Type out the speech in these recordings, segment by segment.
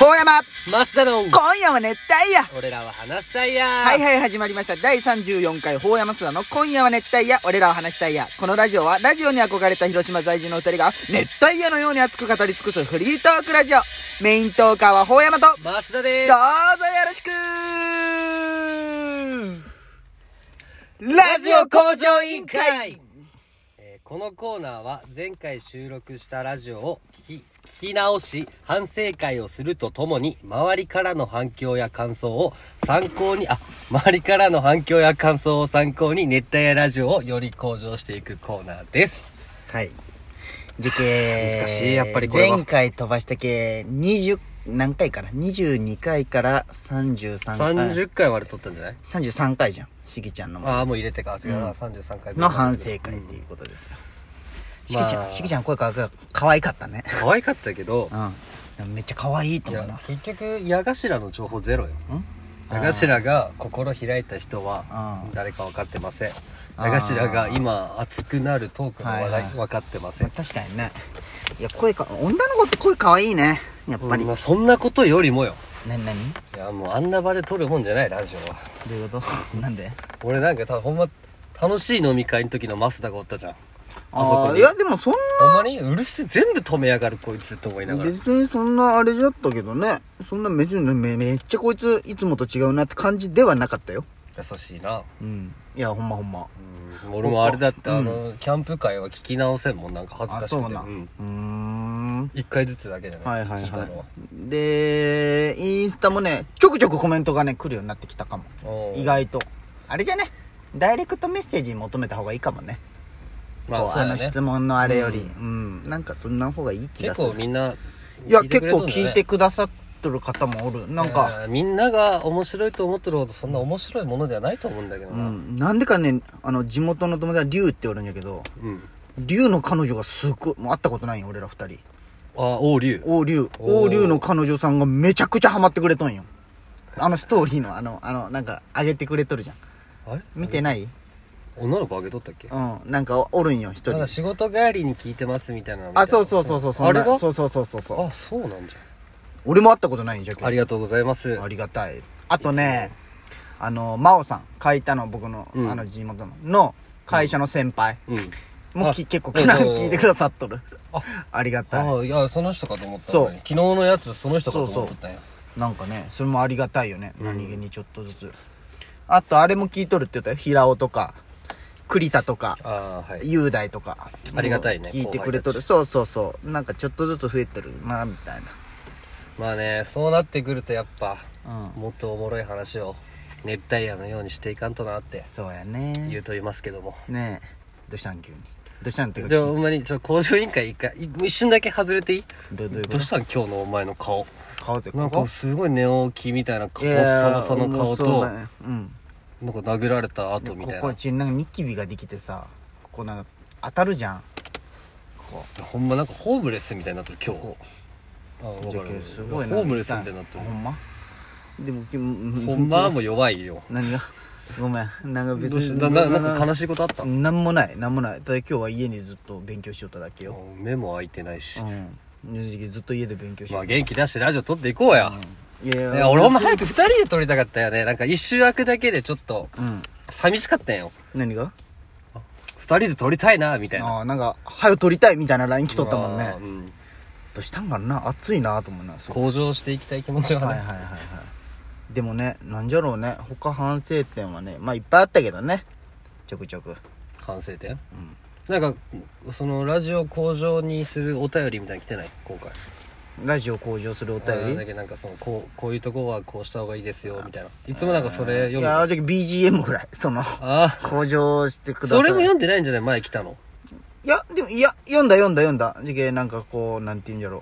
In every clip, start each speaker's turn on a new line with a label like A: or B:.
A: 大山
B: マスダの
A: 今夜は熱帯夜
B: 俺らは話したいや
A: はいはい始まりました第34回法山津田の今夜は熱帯夜俺らは話したいやこのラジオはラジオに憧れた広島在住の二人が熱帯夜のように熱く語り尽くすフリートークラジオメイントーカーは法山とどう
B: マスダで
A: ぞ
B: す
A: よろしくラジオ向上委員会
B: えーこのコーナーは前回収録したラジオを聞き聞き直し反省会をするとともに周りからの反響や感想を参考にあ周りからの反響や感想を参考に熱帯夜ラジオをより向上していくコーナーです
C: はい。時系。
B: 難しいやっぱりこれは
C: 前回飛ばしたけ、20、何回かな ?22 回から33回。
B: 30回まで撮ったんじゃない
C: 33回じゃん。しぎちゃんのも。
B: ああもう入れてか違うな、33回
C: の反省会っていうことですよ。しぎち
B: ま
C: ゃ
B: あ
C: ん、しぎちゃん声かわ可愛かったね。
B: 可愛かったけど
C: うん。でもめっちゃ可愛いと
B: い
C: 思う
B: や
C: な。
B: 結局矢頭の情報ゼロよ矢頭が心開いた人は
C: あー
B: 誰か分かってません
C: あ
B: 矢
C: ー
B: 頭が今熱くなるトークの話
C: はい
B: 題
C: はい
B: 分かってません、
C: 確かにね。いや、声か、女の子って声可愛いね。やっぱり。
B: まあ、そんなことよりもよ
C: なになに
B: いやもうあんな場で撮るもんじゃないラジオは
C: どういうこと なんで
B: 俺なんか多分ほんま楽しい飲み会の時の増田がおったじゃんあそ
C: あ
B: こ
C: ー
B: に
C: いや、でもそんな
B: ほんまにうるせえ全部止めやがるこいつと思いながら
C: 別にそんなあれじゃったけどねそんな別にめめっちゃこいついつもと違うなって感じではなかったよ
B: 優しいな、
C: うんいやほんまほんま
B: うん、俺もあれだって、あのキャンプ会は聞き直せんもんなんか恥ずかしくて
C: あそうな
B: うん
C: うーん
B: 一回ずつだけじゃな
C: はいいはい
B: 聞いたの
C: は
B: はい
C: でインスタもねちょくちょくコメントがね来るようになってきたかも
B: おー
C: 意外とあれじゃねダイレクトメッセージに求めた方がいいかもね
B: ま
C: こう
B: あ、
C: あの
B: そうだ
C: 質
B: ね、
C: 問のあれよりうんなんかそんな方がいい気が
B: 結
C: す
B: 構
C: る
B: みんない
C: や結構聞いて
B: く
C: くださってる方もおるなんか、
B: えーみんなが面白いと思ってるほどそんな面白いものではないと思うんだけど
C: う
B: な、うん
C: ん、なんでかねあの地元の友達は龍っておるんやけど龍の彼女がすっごいもう会ったことないよ俺ら二人
B: あ王龍
C: 王龍
B: おー
C: 王龍の彼女さんがめちゃくちゃハマってくれとんよあのストーリーのあのあのなんか上げてくれとるじゃん
B: あれ
C: 見てない
B: 女の子あげとったっけ
C: うんなんかおおるんよ一
B: なん
C: 人
B: か仕事帰りに聞いてますみたいなの見た
C: あそうそうそうそうそ
B: あ
C: んな
B: れが
C: そうそうそうそうそう
B: あそうなんじ
C: 俺も会ったことないんじゃけ
B: ゃんありがとうございます
C: ありがたいあとねあの真央さん書いたの僕の、
B: うん
C: あの地元のの会社の先輩、
B: うん
C: もう
B: あ
C: き結構
B: そうそうそう
C: 聞いてくださっとる
B: あ
C: ありがたい
B: ああいやその人かと思った
C: そう
B: のに昨日のやつその人かと
C: そ
B: 思
C: う
B: っ
C: そ
B: と
C: う
B: ったんや
C: なんかねそれもありがたいよね、
B: うん
C: 何気にちょっとずつあとあれも聞いとるって言ったよ平尾とか栗田とか
B: ああはい
C: 雄大とか
B: ありがたいね
C: 聞いてくれと
B: 後輩た
C: る
B: ち
C: そうそうそうなんかちょっとずつ増えてるなみたい
B: まあねそうなってくるとやっぱ、
C: なうん
B: もっとおもろい話を熱帯夜のようにしていかんとなって
C: そうやね
B: 言うとりますけども
C: ねえどうしたん急にどうしたんってか
B: じゃあ、ほんまに、ちょ、工場委員会一回、い一瞬だけ外れていい
C: どどういうこ
B: ど
C: と
B: うしたん今日のお前の顔。
C: 顔って
B: なんか、すごい寝起きみたいな、ボ
C: いやー
B: ッサボサの顔
C: もう
B: と、
C: そう
B: なん
C: だ
B: か
C: ねうん
B: 殴られた
C: で
B: 後み
C: こ
B: たい
C: こ
B: な。
C: ちなんかニキビができてさここなんか当たるじゃんこ
B: ほんまなんかホームレスみたいになってる、今日。あ、わ
C: こ
B: かる。
C: すごいな
B: ホームレスみたいになって
C: ほんまでもき
B: る。ほんまもう弱いよ。
C: 何がごめんなんか別
B: どうし
C: に
B: たな、ななんか悲しいことあった
C: なんもないなんもないただ今日は家にずっと勉強しよっただけよ
B: 目も開いてないし
C: う。ん正直ずっと家で勉強し
B: ま
C: よ
B: あ
C: っ
B: 元気出してラジオ撮っていこうや。
C: たいやい
B: いや、俺ほんま早く二人で撮りたかったよね。なんか一周開くだけでちょっと、
C: うん
B: 寂しかったんよ。
C: 何が
B: 二人で撮りたいな、みたいな。
C: ああなんか早く撮りたいみたいな LINE 来とったもん
B: ま
C: ね
B: あうん
C: どうしたんかな暑いなと思うなそう
B: 向上していきたい気持ちは
C: はいはい
B: ね
C: はいはいでもねなんじゃろうね他反省点はねまあいっぱいあったけどねちょくちょく
B: 反省点、なんかそのラジオ向上にするお便りみたいに来てない今回
C: ラジオ向上するお
B: あー
C: 便
B: だ
C: り
B: けどなんかそのこうこういうとこはこうした方がいいですよみたいないつもなんかそれ
C: い
B: 読むあ
C: や正直 BGM ぐらいその
B: あ
C: 向上してく
B: ー
C: ださい
B: それも読んでないんじゃない前来たの
C: いや、でも、いや、読んだ読んだ読んだ。じけ、なんかこう、なんて言うんじゃろう。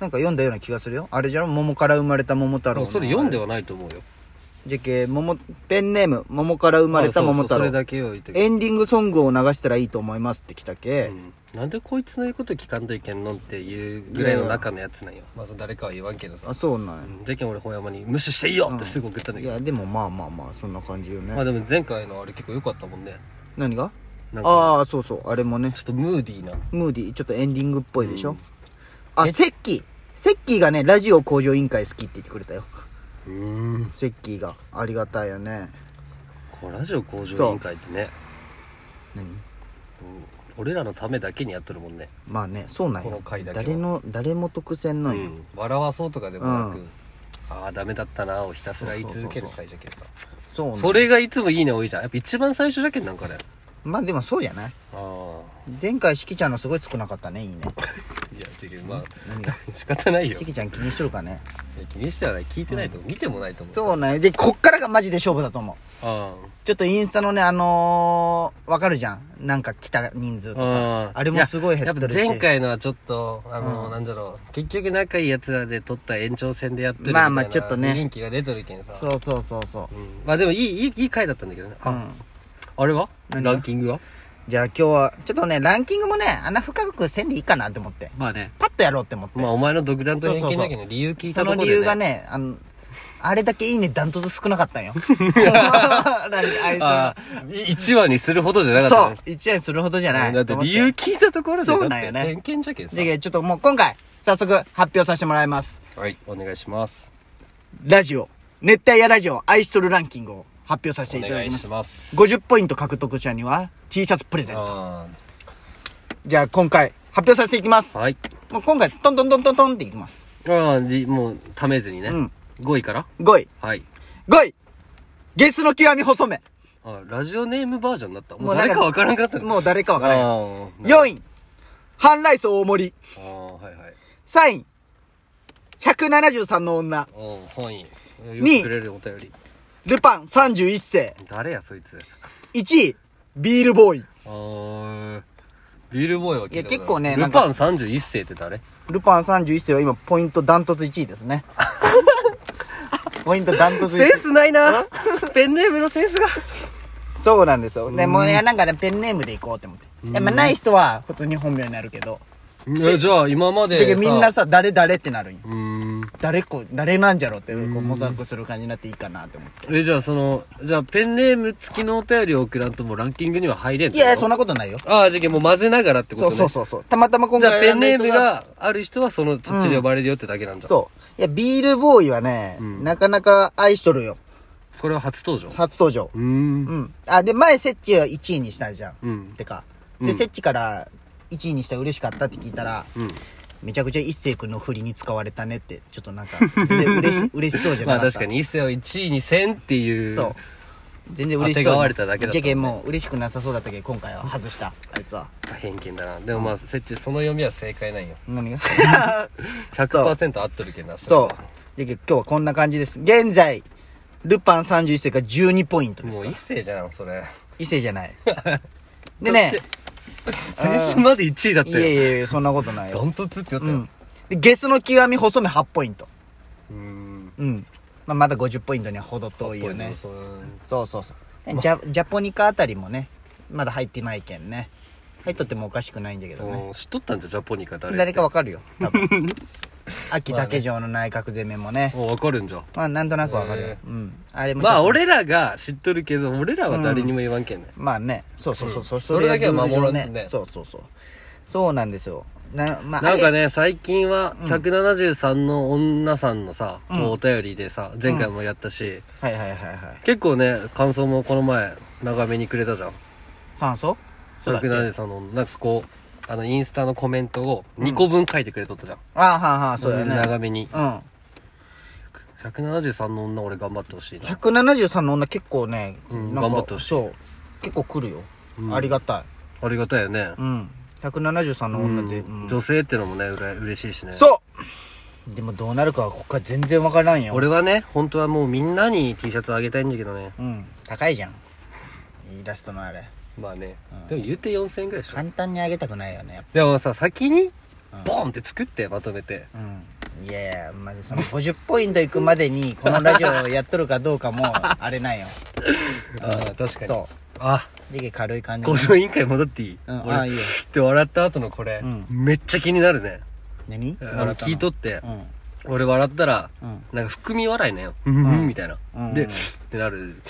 C: なんか読んだような気がするよ。あれじゃろ桃から生まれた桃太
B: も
C: 郎
B: う
C: の。
B: それ読んではないと思うよ
C: じけ、桃、ペンネーム、桃から生まれた
B: あそうそ
C: 桃
B: う
C: 太
B: それ
C: 郎。
B: だけを言って
C: エンディングソングを流したらいいと思いますって来たけ。
B: うんなんでこいつの言うこと聞かんといけんのっていうぐらいの中のやつなんよまあその誰かは言わんけどさ
C: あ、そうなん
B: うんじゃけん俺本山に無視していいよってすぐ送ったん
C: や。
B: だ
C: い
B: けど、
C: や、でもまあまあまあ、そんな感じよね。
B: まあでも前回のあれ結構良かったもんね
C: 何が
B: なんか
C: ああ、そうそう、あれもね
B: ちょ。っとムーディーな
C: ムーディー、ちょっとエンディングっぽいでしょ。
B: うん
C: あ、セッキー。セッキーがね、ラジオ向上委員会好きって言ってくれたよ。
B: うーん
C: セッキーが。ありがたいよね。
B: こうラジオ向上委員会ってね
C: 何
B: 俺らのためだけにやっとるもんね、
C: まあね、そうなん
B: この
C: よ。
B: 回だけは
C: 誰の、誰も得せん
B: う
C: のよ。
B: ん、笑わそうとかでもなく、
C: うん
B: ああダメだったなをひたすら言い続ける会じゃけんさ
C: そうなん
B: それがいつもいいね多いじゃんやっぱ一番最初じゃけんなんかね
C: まあでもそうじゃない
B: ああ
C: 前回、しきちゃんのすごい少なかったね、いいね。
B: いやていうまあ
C: 何が
B: 仕方ないよ
C: しきちゃん気にしとるかね。
B: いや気にしてはない聞いてないと思う、見てもないと思うう
C: そうなんよ。で、こっからがマジで勝負だと思う。
B: あ
C: ちょっとインスタのね、あのー、わかるじゃん。なんか来た人数とか。
B: あ
C: あれもすごい減ってるし。
B: やっぱ前回のはちょっとあの、
C: うん
B: なんだろう結局仲いいやつらで撮った延長戦でやってるみたいな
C: まあまあちょっとね
B: 元気が出とるけんさ、
C: そうそうそうそう
B: ん、まあでもいいいいいい回だったんだけどね
C: う。
B: あ、
C: うん。
B: あれは
C: 何が
B: ランキングは
C: じゃあ今日は、ちょっとね、ランキングもね、あんな深くせんでいいかなって思って。
B: まあね
C: パッとやろうって思って。
B: まあお前の独断と偏
C: そう
B: 見
C: そう
B: だ
C: そ
B: けど、ね、理由聞いた
C: そ
B: とこ
C: の
B: ろで、ね、
C: 理由がね、あの、あれだけいいねダントツ少なかった んよ。 なんか相性
B: あ
C: が
B: あ1話にするほどじゃなかった
C: そ
B: ね
C: う。一円するほどじゃない。
B: だって理由
C: じ
B: 聞いたところで
C: そうなんよね
B: だって偏見じゃけんさ
C: ゃあちょっともう今回、早速発表させてもらいます。
B: はいお願いします
C: ラジオ、熱帯夜ラジオ愛しとるランキングを発表させて
B: お
C: いただ
B: 願
C: き
B: い
C: ま
B: し
C: す。
B: ます
C: 50ポイント獲得者には T シャツプレゼント。
B: あ
C: じゃあ今回発表させていきます
B: あ。はい
C: もう今回トントントントントンっていきます。
B: ああじもうためずにね、
C: うん
B: 5位から
C: 5位。
B: はい
C: 5位ゲスの極み細め
B: あラジオネームバージョンになったも
C: も
B: う
C: うなんか
B: 誰かわからんかった
C: もう誰かわからん。
B: ん
C: 4
B: 位
C: 位、ハンライス大盛り。
B: ああはいはい
C: 3位、173の女。
B: おう3位よ
C: 二位
B: くくれるお便り
C: ルパン31世。
B: 誰やそいつ
C: 1位、ビールボーイ。
B: あービールボーイは聞いたことある
C: いや結構ねな
B: ル
C: んか
B: パン31世って誰
C: ルパン31世は今ポイントダントツ1位です ね。ポイントダントツ
B: セ
C: 1
B: ンスないなペンネームのセンスが
C: 位。そうなんですよ。でもうね、なんかね、ペンネームでいこうって思って。いやまあない人は普通に本名になるけど。
B: えじゃあ今まで
C: てか
B: さ
C: みんなさ、誰誰ってなるんよ
B: うーん
C: 誰こ、誰なんじゃろうって、こう模索する感じになっていいかなって思って。
B: えじゃあそのじゃあペンネーム付きのお便りを送らんともうランキングには入れん
C: いやいや、そん
B: な
C: なことないよ。
B: ああじゃけもう混ぜながらってこ
C: そ
B: と
C: う
B: ね
C: そうそうそう。たまたま今
B: じ
C: 回
B: ゃあペンネーム
C: ライト
B: がある人はそのちっちゃに呼ばれるよってだけなんだ、
C: そう。いや、ビールボーイはね、なかなか愛しとるよ。
B: これは初登場
C: 初登場。
B: うーん
C: うん。あ、で、前、セッチを1位にしたじゃん。
B: うん
C: てか。
B: うん
C: で、セッチから1位にしたら嬉しかったって聞いたら、
B: うん
C: めちゃくちゃ一星君の振りに使われたねって、ちょっとなんか、全然嬉 し、嬉しそうじゃ
B: ま
C: な
B: あ
C: かっ
B: 確
C: た。
B: か。に一世を1位にせんっていう
C: そう。全然嬉しそうに。
B: 当てがわれただけだったもんね
C: じゃけんもう嬉しくなさそうだったけど、今回は外した。あいつは。
B: 偏見だなでもまあ設置その読みは正解ないよ
C: 何が
B: 100%合っとるけんな
C: そう
B: れは。
C: じゃけん今日はこんな感じです。現在、ルパン31世が12ポイントです
B: も
C: か
B: う
C: ら
B: 一。世じゃんそれ
C: 伊勢じゃない でね
B: 先週まで1位だった
C: い
B: よ
C: やいやいやそんなことない
B: ダ
C: よ、
B: ントツって言った
C: う
B: よ
C: ん、でゲスの極み細め8ポイント
B: うーん
C: うん、まあ、まだ50ポイントには程遠いよね
B: そう
C: そうそうそうジャジャポニカあたりもねまだ入ってないけんね入っとってもおかしくないんだけどね
B: うん知っとったんじゃんジャポニカ誰
C: 誰かわかるよ多 分秋竹城の内閣攻めもね
B: もう分かるんじゃん
C: まあなんとなくわかるよ
B: へ、
C: うんあれもちょっと
B: まあ俺らが知っとるけど俺らは誰にも言わんけんね
C: まあねそうそうそうそう、
B: それだけは守らんとね
C: ルール上そうそうそうそうなんですよな,、まあ、
B: なん
C: あ
B: か
C: れ
B: ね、最近は、173の女さんのさ、こうお便りでさ、前回もやったし、
C: はいはいはいはい
B: 結構ね、感想もこの前、長めにくれたじゃん。
C: 感想そうだっけ
B: 173の、なんかこう、あの、インスタのコメントを2個分書いてくれとったじゃん。
C: ああはあはあそうだよね
B: 長めに。
C: うん
B: 173の女俺頑張ってほしいな。
C: 173の女結構ね、
B: うん
C: なんか
B: 頑張ってほしい
C: そう結構来るよ、ありがた
B: ありがたいよね
C: いうん。173の
B: うん
C: 女で、うん
B: 女性ってのもね、うら嬉しいしね。
C: そうでもどうなるかはここから全然わからんよ
B: 俺はね、本当はもうみんなに T シャツあげたいんだけどね。
C: うん高いじゃんイラストのあれ
B: まあね。でも言って4000円ぐらいでしょ。
C: 簡単にあげたくないよねやっ
B: でもさ、先に、ボンって作って、まとめて。
C: ぱうんいやいや、まあ、その50ポイントいくまでにこのラジオをやっとるかどうか もあれないよ
B: ああ、確かに。
C: そ
B: あ、
C: うで軽い感じ
B: 工場委員会戻っていい、
C: うん
B: 俺
C: あいいよ
B: って笑った後のこれ、
C: ん
B: めっちゃ気になるね。
C: 何
B: あの、聞いとって、
C: うん
B: 俺笑ったら、
C: うん
B: なんか含み笑いねよ。うん、うん、みたいな。
C: うんうん
B: で、ってなる。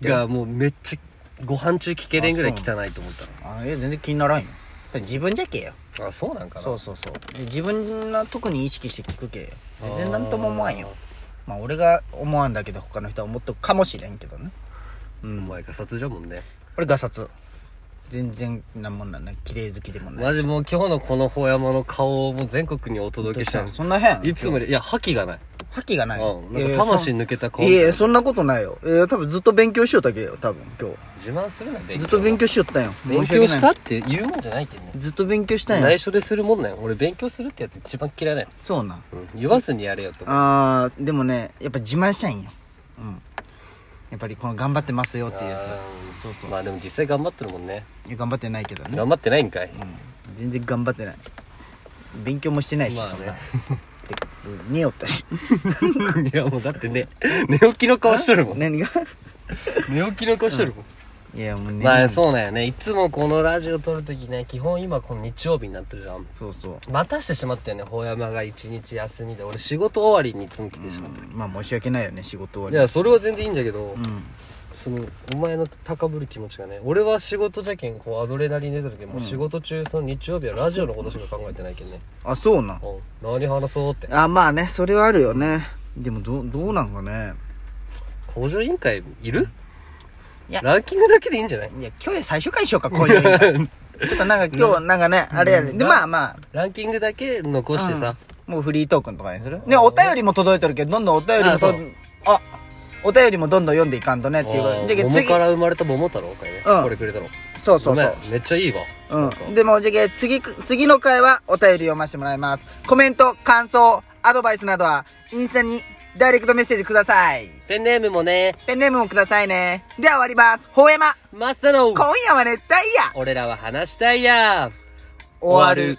B: が、もうめっちゃ、ご飯中聞けれんぐらい汚いと思ったの。
C: あいや全然気にならんよそれ自分じゃけよ
B: あそうなんかな
C: そう
B: そ
C: そうそうで自分の特に意識して聞くけよ全然何とも思わんよまあ俺が思わんだけど他の人は思っとくかもしれんけどねう
B: お
C: ん
B: 前が殺じゃもんね
C: 俺ガサツ全然なんもんなんない綺麗好きでもない
B: マジもう今日のこの法山の顔をもう全国にお
C: どう
B: 届けしたい
C: そんな変
B: いつもよりいや覇気がない
C: 覇気がない
B: うん
C: い
B: な
C: や
B: ん
C: い
B: か
C: や
B: 魂
C: そん
B: 抜けた顔
C: いやいやそんなことないよえー多分ずっと勉強しよったけよ多分今
B: 自慢するな
C: 日
B: 勉
C: ず
B: 強
C: っと勉強しよったんよ
B: 勉
C: 申訳
B: 強
C: ない
B: したって言うもんじゃないけどね
C: ずっと勉強したんよ
B: 内緒でするもんなんよ俺勉強するってやつ一番嫌いだよ、
C: そうなん
B: うん、言わずにやれよと
C: あーでもねやっぱ自慢したいんようんやっぱりこの頑張ってますよっていうや
B: あ
C: つそうそう
B: まあでも実際頑張ってるもんね
C: いや頑張ってないけどね
B: 頑張ってないんかい、
C: 全然頑張ってない勉強もしてないし、
B: まあね
C: そんなで寝よったし
B: いやもうだってね寝起きの顔しとるもん
C: 何が
B: 寝起きの顔しとるもん、
C: いやもうね
B: まあそうなんよねいつもこのラジオ撮るときね基本今この日曜日になってるじゃん
C: そうそう
B: 待たしてしまったよね法山が一日休みで俺仕事終わりにいつも来てしまってる、
C: まあ申し訳ないよね仕事
B: い
C: 終わ
B: やそれは全然いいんだけど、
C: りうん
B: そのお前の高ぶる気持ちがね俺は仕事じゃけんこうアドレナリン出てるけんもう仕事中その日曜日はラジオのことしか考えてないけんね、
C: あそうなん
B: うん、何話そうって
C: あまあねそれはあるよねでもどうどうなんかね
B: 工場委員会いる
C: いや
B: ランキングだけでいいんじゃない
C: いや今日で最終回にしようかこういう のちょっとなんか今日なんかね、あれやねでまあまあ
B: ランキングだけ残してさ、
C: もうフリートークンとかにするねお便りも届いてるけどどんどんお便りも
B: あそう
C: とあお便りもどんどん読んでいかんとねっていうこと
B: あー
C: じゃけ
B: 桃
C: 次
B: から生まれた桃太郎かいね、
C: うん
B: これくれたの
C: そうそう
B: ごめん
C: そう
B: めっちゃいいわなんか
C: うん。でも、じゃけ、次く、次の回はお便り読ませてもらいます。コメント、感想、アドバイスなどは、インスタにダイレクトメッセージください。
B: ペンネームもね
C: ペンネームもくださいね。では終わります。ほうやま、
B: マスターの
C: 今夜は熱帯夜
B: 俺らは話したいや
C: 終わる。